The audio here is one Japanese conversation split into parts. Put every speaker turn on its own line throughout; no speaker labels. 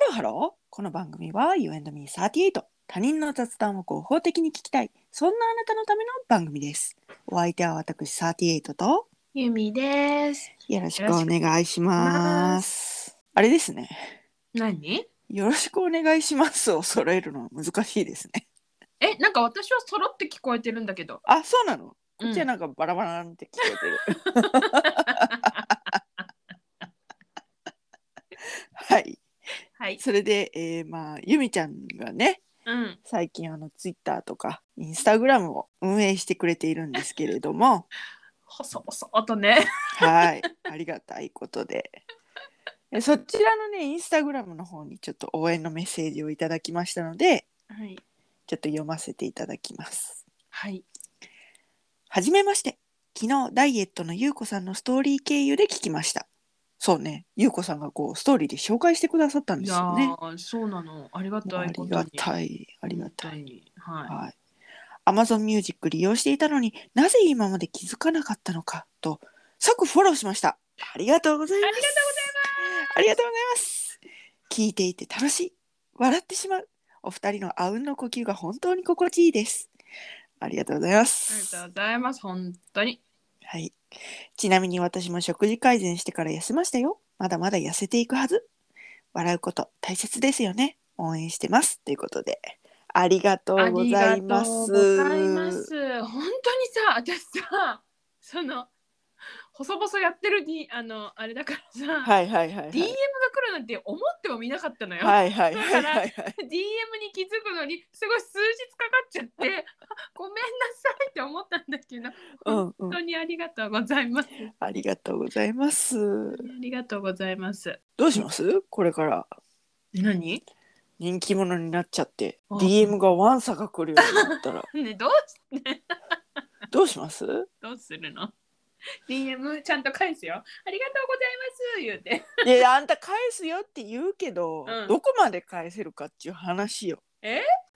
ロハローこの番組は You and me38 他人の雑談を合法的に聞きたいそんなあなたのための番組ですお相手は私38と
ゆみです。
よろしくお願いしますあれですね
何
よろしくお願いしますを揃えるのは難しいですね
え、なんか私は揃って聞こえてるんだけど。
あそうなのこ
う
っ
ん
ちはなんかバラバラって聞こえてるはい
はい。
それで、えーまあゆみちゃんがね
うん。
最近あのツイッターとかインスタグラムを運営してくれているんですけれど も
細々とね。
はいありがたいことでえそちらのねインスタグラムの方にちょっと応援のメッセージをいただきましたので
はい。
ちょっと読ませていただきます。
はい。
はじめまして昨日ダイエットのゆうこさんのストーリー経由で聞きました。そうねゆうこさんがこうストーリーで紹介してくださったん
い
です
や
よね。も
ー、そうなの。ありが
う
た
あ
い
り
ことに。
がたいありがたい
本。当に。は
はい。Amazon Music 利用していたのになぜ今まで気づかなかったのかと即フォローしました。ありがとうございます。ありがとうございます。聞いていて楽しい。笑ってしまう。お二人のあうんの呼吸が本当に心地いいです。ありがとうございま
い。ありが
す。
とうございます。本当に。
はい。ちなみに私も食事改善してから痩せましたよ。まだまだ痩せていくはず。笑うこと大切ですよね。応援してます。ということで、ありがと
あ
うご
り
ざ
が
い
と
ます。
うございます。本当にさ、私さ、その、細々やってるに、あの、あれだからさ、
はいはいはいはい。
DM が来るなんて思ってもみなかったのよ。
はいはいはいはいはい。
DM に気づくのにすごい数日かかっちゃって ごめんなさいって思ったんだけど
うんうん
本当。にありがとうございます、
ありがとうございます。
ありがとうございます
どうします？これから
何
人気者になっちゃって、
うん
DM がワンサが来るようになったら
ねどうし
どうします？
どうするの DM ちゃんと返すよありがとうございます言うて
いやあんた返すよって言うけど、
うん
どこまで返せるかっていう話よ。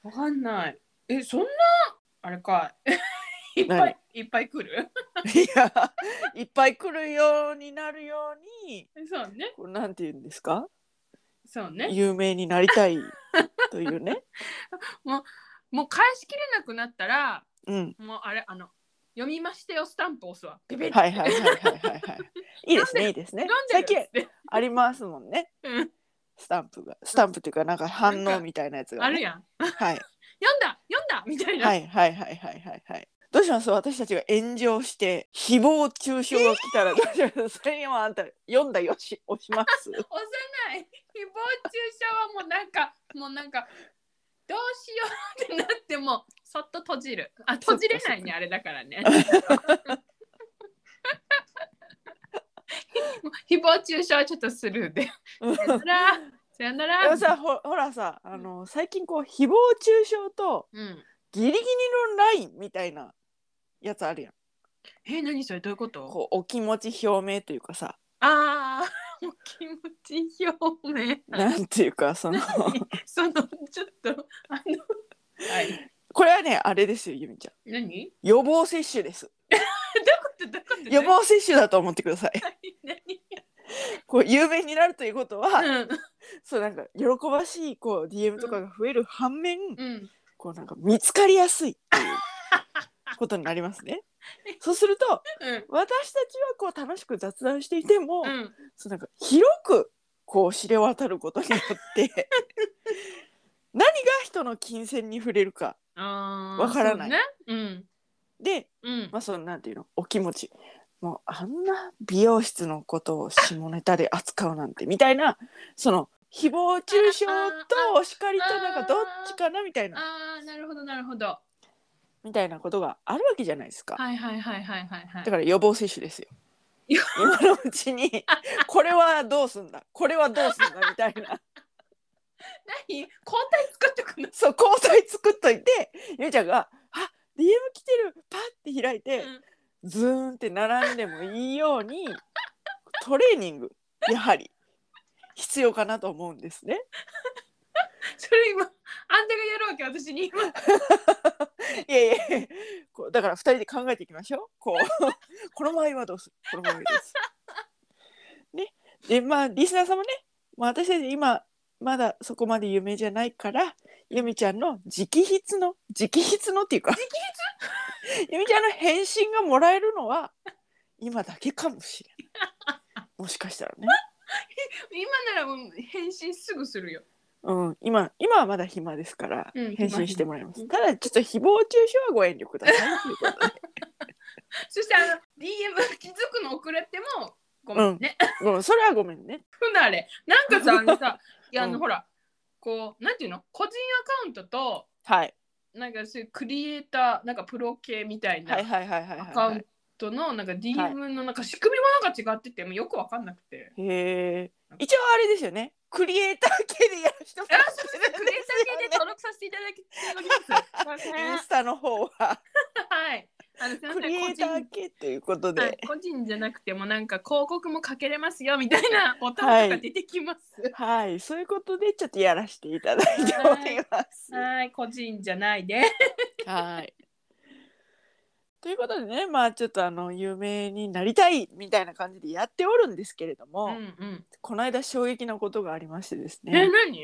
わかんないえそんなあれか いっぱ
何
いいっぱい来る
いやいっぱい来るようになるように。
そうね
こうなんて言うんですか
そうね
有名になり たいというね、
もう返しきれなくなったら
うん、
もうあれあの読みましたよスタンプ押すわピピッ
はいはいはいはいはい はいいいですねいいですね
飲
最
んで
近
るっつって
ありますもんね
うん
スタンプがスタンプっていうかなんか反応みたいなやつが
あ
ね、
るやん。
はい
読んだ読んだみたいな。
はいはいはいはいはいはいどうします私たちが炎上して誹謗中傷が来たらどうします それ今あんた読んだよし押し ます
押せない。 誹謗中傷はもうなんか、もうなんか、どうしようってなっても、そっと閉じる。あ、閉じれないね、あれだからね。 誹謗中傷はちょっとスルーで。さよなら。さよな
で
ら
も。さほほらさあの最近こう誹謗中傷と
うん。
ギリギリのラインみたいなやつあるやん
え、何それどういうこと
こうお気持ち表明というかさ
ああ、お気持ち表明。
なんていうかその
その、ちょっと、あの、はい。
これはねあれですよゆみちゃん
何
予防接種です
どういうことどういうこと
予防接種だと思ってください こう有名になるということは、
何うん
そうなんか喜ばしいこう DM とかが増える反面、
うん
こうなんか見つかりやすいっていうことになります ね。そうすると
うん
私たちはこう楽しく雑談していても、
うん
そうなんか広くこう知れ渡ることによって 何が人の金銭に触れるか
あー
わからない
そうね
で、
うんうん
まあ、そのなんていうのお気持ちもうあんな美容室のことを下ネタで扱うなんてみたいなその誹謗中傷とお叱りとなんかどっちかなみたいな
あーなるほどなるほど
みたいなことがあるわけじゃないですか。
はいはいはいはいはいはい
だから予防接種ですよ。
予
今のうちにこれはどうすんだこれはどうすんだみたいな
何抗体作ってくの
そう交際作っといてゆうちゃんが「あ DM 来てる!」パッて開いて、
うん
ズーンって並んでもいいようにトレーニングやはり必要かなと思うんですね。
それ今あんたがやるわけ私に今
いやいやこうだから2人で考えていきましょうこう この場合はどうするこの場合はどうするねでまあリスナーさんもね、まあ、私たち今まだそこまで有名じゃないから由美ちゃんの直筆の直筆のっていうか直筆 由美ちゃんの返信がもらえるのは今だけかもしれないもしかしたらね、
今ならもう返信すぐするよ。
うん、今今はまだ暇ですから
うん
返信してもらいま
暇
す
暇
ただちょっと誹謗中傷はご遠慮くださいということで
そしてあの DM 気づくの遅れてもごめんね。
うんそれはごめんね
不慣れ。なんかさ、あ のさ、いやあ
う
の
ん
ほら、こう、なんていうの個人アカウントと、
はい
なんかそういうクリエイター、なんかプロ系みたいな
はいはいはいはい
ア
はい
カ
は
ウ
い
ントのなんか DM のなんか仕組みもなんか違ってて、もうよくわかんなくて。
へえ。一応あれですよね。クリエイター系でやる人もい
あ
らっし
そうそ
ゃ
う
るん
クリエイター系で登録させていただきます。
インスタの方は
はい。あのすいませ
ク
ん
リエイター系ということで、
はい、個人じゃなくてもなんか広告もかけれますよみたいなボタンとか出てきます。
はい、そういうことでちょっとやらせていただいております。
は、
はい
個人じゃないで。
い。ということでね、まあちょっとあの有名になりたいみたいな感じでやっておるんですけれども、
うんうん。
この間衝撃なことがありましてです
え、
ね。
何？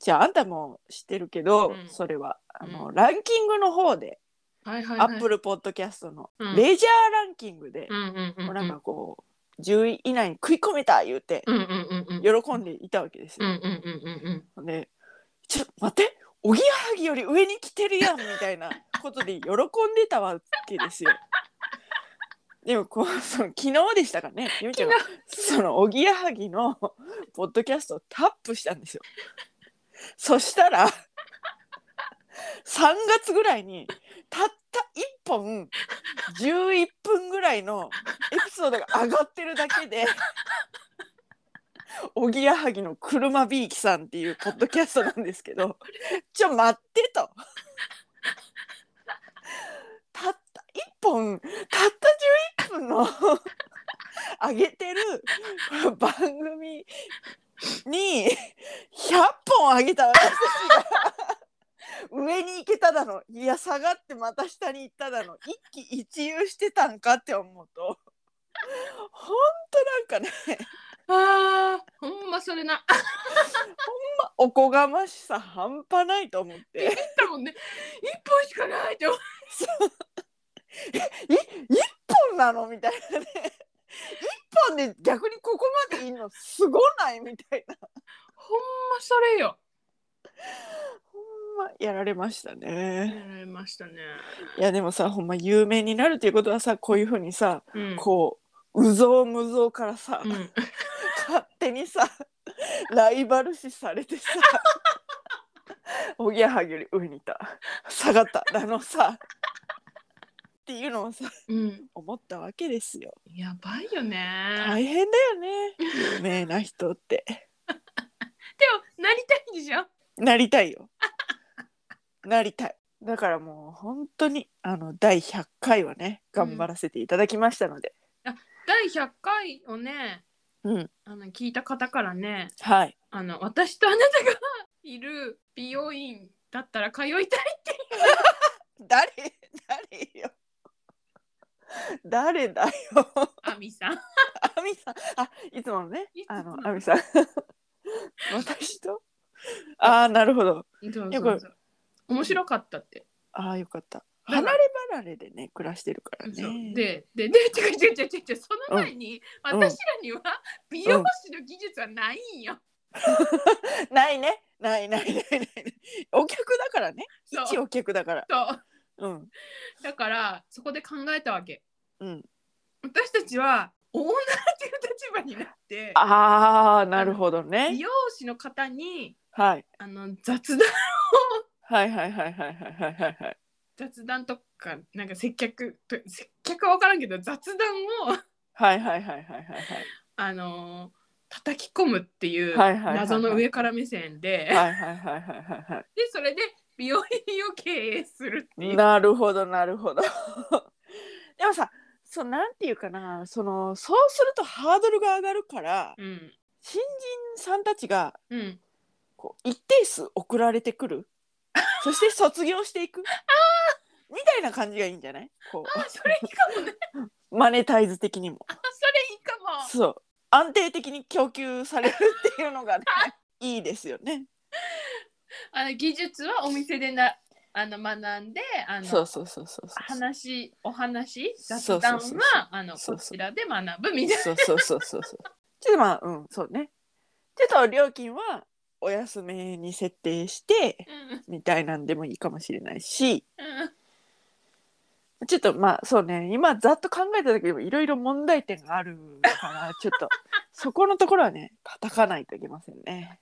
じゃああんたも知ってるけど、
うん
それはあの、
う
ランキングの方で、
はいはい、
アップルポッドキャストの
うん
レジャーランキングで、
うんうんうん。
もうなんかこう10位以内に食い込めた言うて
うんうんうんうん。
喜んでいたわけです
うんう
よ。
んうんうん
でちょっと待っておぎやはぎより上に来てるやんみたいなことで喜んでたわけですよ。でもこうその昨日でしたかねゆみちゃんがそのおぎやはぎのポッドキャストをタップしたんですよ。そしたら3月ぐらいにたった1本11分ぐらいのエピソードが上がってるだけでおぎやはぎの車びいきさんっていうポッドキャストなんですけどちょ待ってとたった1本たった11分の 上げてるこの番組に100本上げた私たちが 上に行けただのいや下がってまた下に行っただの一喜一憂してたんかって思うと ほんとなんかね
ああ、ほんまそれな。 あっ
おこがましさ半端ないと思って
たもんね。一本しかないって思う。
い一本なのみたいなね一本で逆にここまでいいのすごないみたいな
ほんまそれよ。
ほんまやられました
や
ね
られましたね。
いやでもさほんま有名になるということはさこういうふうにさ
うん。
こううぞうむぞうからさ、
うん。
勝手にさライバル視されてさおぎやはぎより上にいた下がったあのさっていうのをさ
うん。
思ったわけですよ。
やばいよね。
大変だよね有名な人って
でもなりたいんでしょ。
なりたいよなりたいだからもう本当にあの第100回はね頑張らせていただきましたので、
第100回をね、
うん、
あの聞いた方からね、
はい
あの私とあなたがいる美容院だったら通いたいって
誰誰よ誰だよ
アミさん。
あみさんあいつものね
いつも
あ
の
のあみ さん私とああなるほど
そ
よ
うそう
く
そう面白かったって。
ああよかった
だから
離れ離れでね暮らしてるから
そう
ね
ででで違う違う違う違う違うその前に、
うん
私らには美容師の技術はないんよ。
ないねないないないないないお客だからね
そう
一お客だから
そ
う
う
ん
だからそこで考えたわけ。
うん
私たちはオーナーっていう立場になって
ああなるほど
美
ね、
容師の方に
はい、
あの雑談
はいはいはいはいはいはいはいはい
雑談とかなんか接客と接客は分からんけど雑談を
はいはいはいはいはい
あのー叩き込むっていう
はいはいはいはい
謎の上から目線で
はいはいはいはいはいは
でそれで美容院を経営するってい。
いうなるほどなるほどでもさそうなんていうかなそのそうするとハードルが上がるから
うん
新人さんたちが
うん、
こう一定数送られてくるそして卒業していくみたいな感じがいいんじゃないこ
あそれいいかもね
うマネタイズ的にも
あそれいいかも
そう安定的に供給されるっていうのがねいいですよね。
あの技術はお店でなあの学んであの
そうそうそうそうそう。
話お話
そうそうそう
雑談
そう
はあの
そうそう
こちらで学ぶみたいな
そうそうそうそうそう。ちょっとまあうんそうね。ちょっと料金はお安めに設定してみたいなんでもいいかもしれないし。
うんうん
ちょっとまあそうね今ざっと考えただけでもいろいろ問題点があるからちょっとそこのところはね叩かないといけませんね。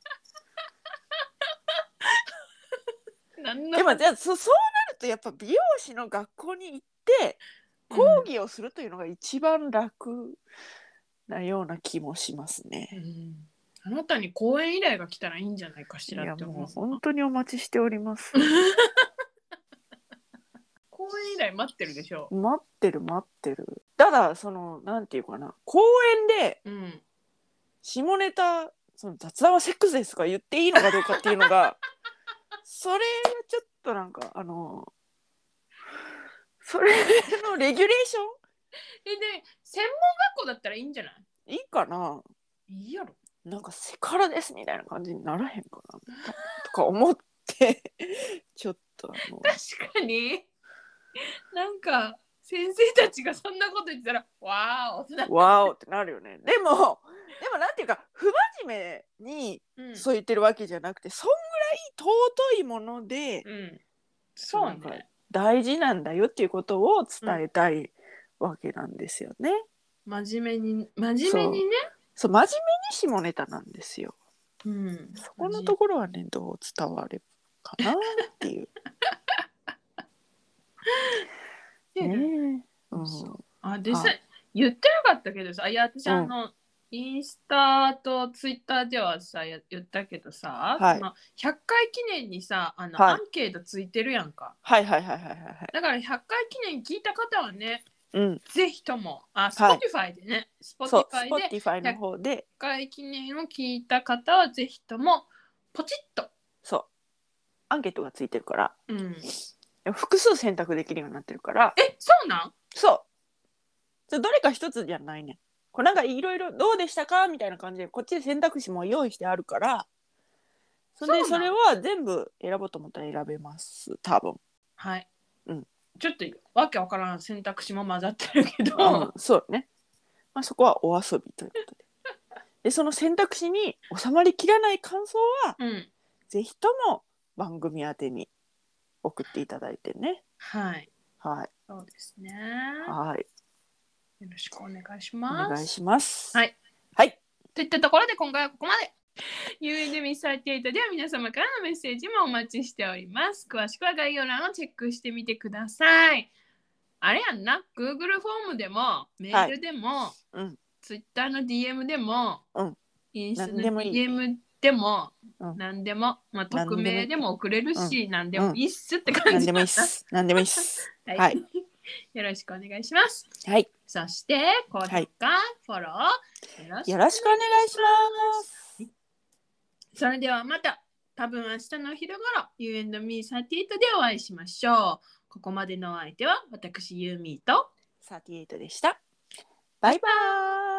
何の
でもじゃあそそうなるとやっぱ美容師の学校に行って講義をするというのが一番楽なような気もします
う
ね。
んあなたに講演依頼が来たらいいんじゃないかし
い
ら
や
って
も
思
う
う
本当にお待ちしております。
講演依頼待ってるでしょ
待ってる待ってる。ただそのなんていうかな公園で
うん
下ネタその雑談はセックスですとか言っていいのかどうかっていうの がそれはちょっとなんかあのそれのレギュレーシ
えで専門学校だったらいいんじゃない
ョンいいかない
いやろ
なんかセカラですみたいな感じにならへんかなとか思って ちょっとあの
確かになんか先生たちがそんなこと言ってたら「わーお」 だ
わーおってなるよねでもでもなんていうか不真面目に
うん
そう言ってるわけじゃなくて、そんぐらい尊いもので
うん、そう
なんか
ね
大事なんだよっていうことを伝えたいわけなんですよね。
真面目に真面目にね
そう真面目に下ネタなんですよ。
うん
そこのところはねどう伝わるかなっていう。
真面
ね
目
えうん、
そあでさ
は
言ってなかったけどさいや私
うん
あの、インスタとツイッターではさや言ったけどさ、
はい
その100回記念にさあの、
はい
アンケートついてるやんか
はいはいはいはいはいはい。
だから100回記念聞いた方はね
うん、
ぜひともあ
はい
Spotify でね、
そう
Spotify で
Spotify の方で
100回記念を聞いた方はぜひともポチッと、
そうアンケートがついてるから
うん、
複数選択できるようになってるから
えそうなん
そうじゃあどれか一つじゃないねんこうなんかいろいろどうでしたかみたいな感じでこっちで選択肢も用意してあるからそれで
そ
そう
な
れは全部選ぼうと思ったら選べます多分。
はい、
うん
ちょっとわけわからん選択肢も混ざってるけど、
うん、そうね、まあ、そこはお遊びということででその選択肢に収まりきらない感想は
うん、
ぜひとも番組宛てに送っていただいてね
はい
はい
そうですね
はい
よろしくお願いし
お
ます。
願いします
はい
はい
といったところで今回はここまで。UNMIS38 では皆様からのメッセージもお待ちしております。詳しくは概要欄をチェックしてみてください。あれやんな、Google フォームでも、メールでも、
うん、
Twitter の DM でも、
うん
インスタの
何でもいい
DM でも、
うん
何でも、まあ、
何で
匿
もいい
名でも送れるし、何でもいいっすって感
何
じ
でもいいっ。す何でもいいっす
は い、
はい
よろしくお願いします。
はい
そして、高評価、
はい
フォロー、よろしく
よろしくお願いします
それではまた多分明日のお昼ごろ You and me38 でお会いしましょう。ここまでのお相手は私ユーミーと
38でしたバイバーイ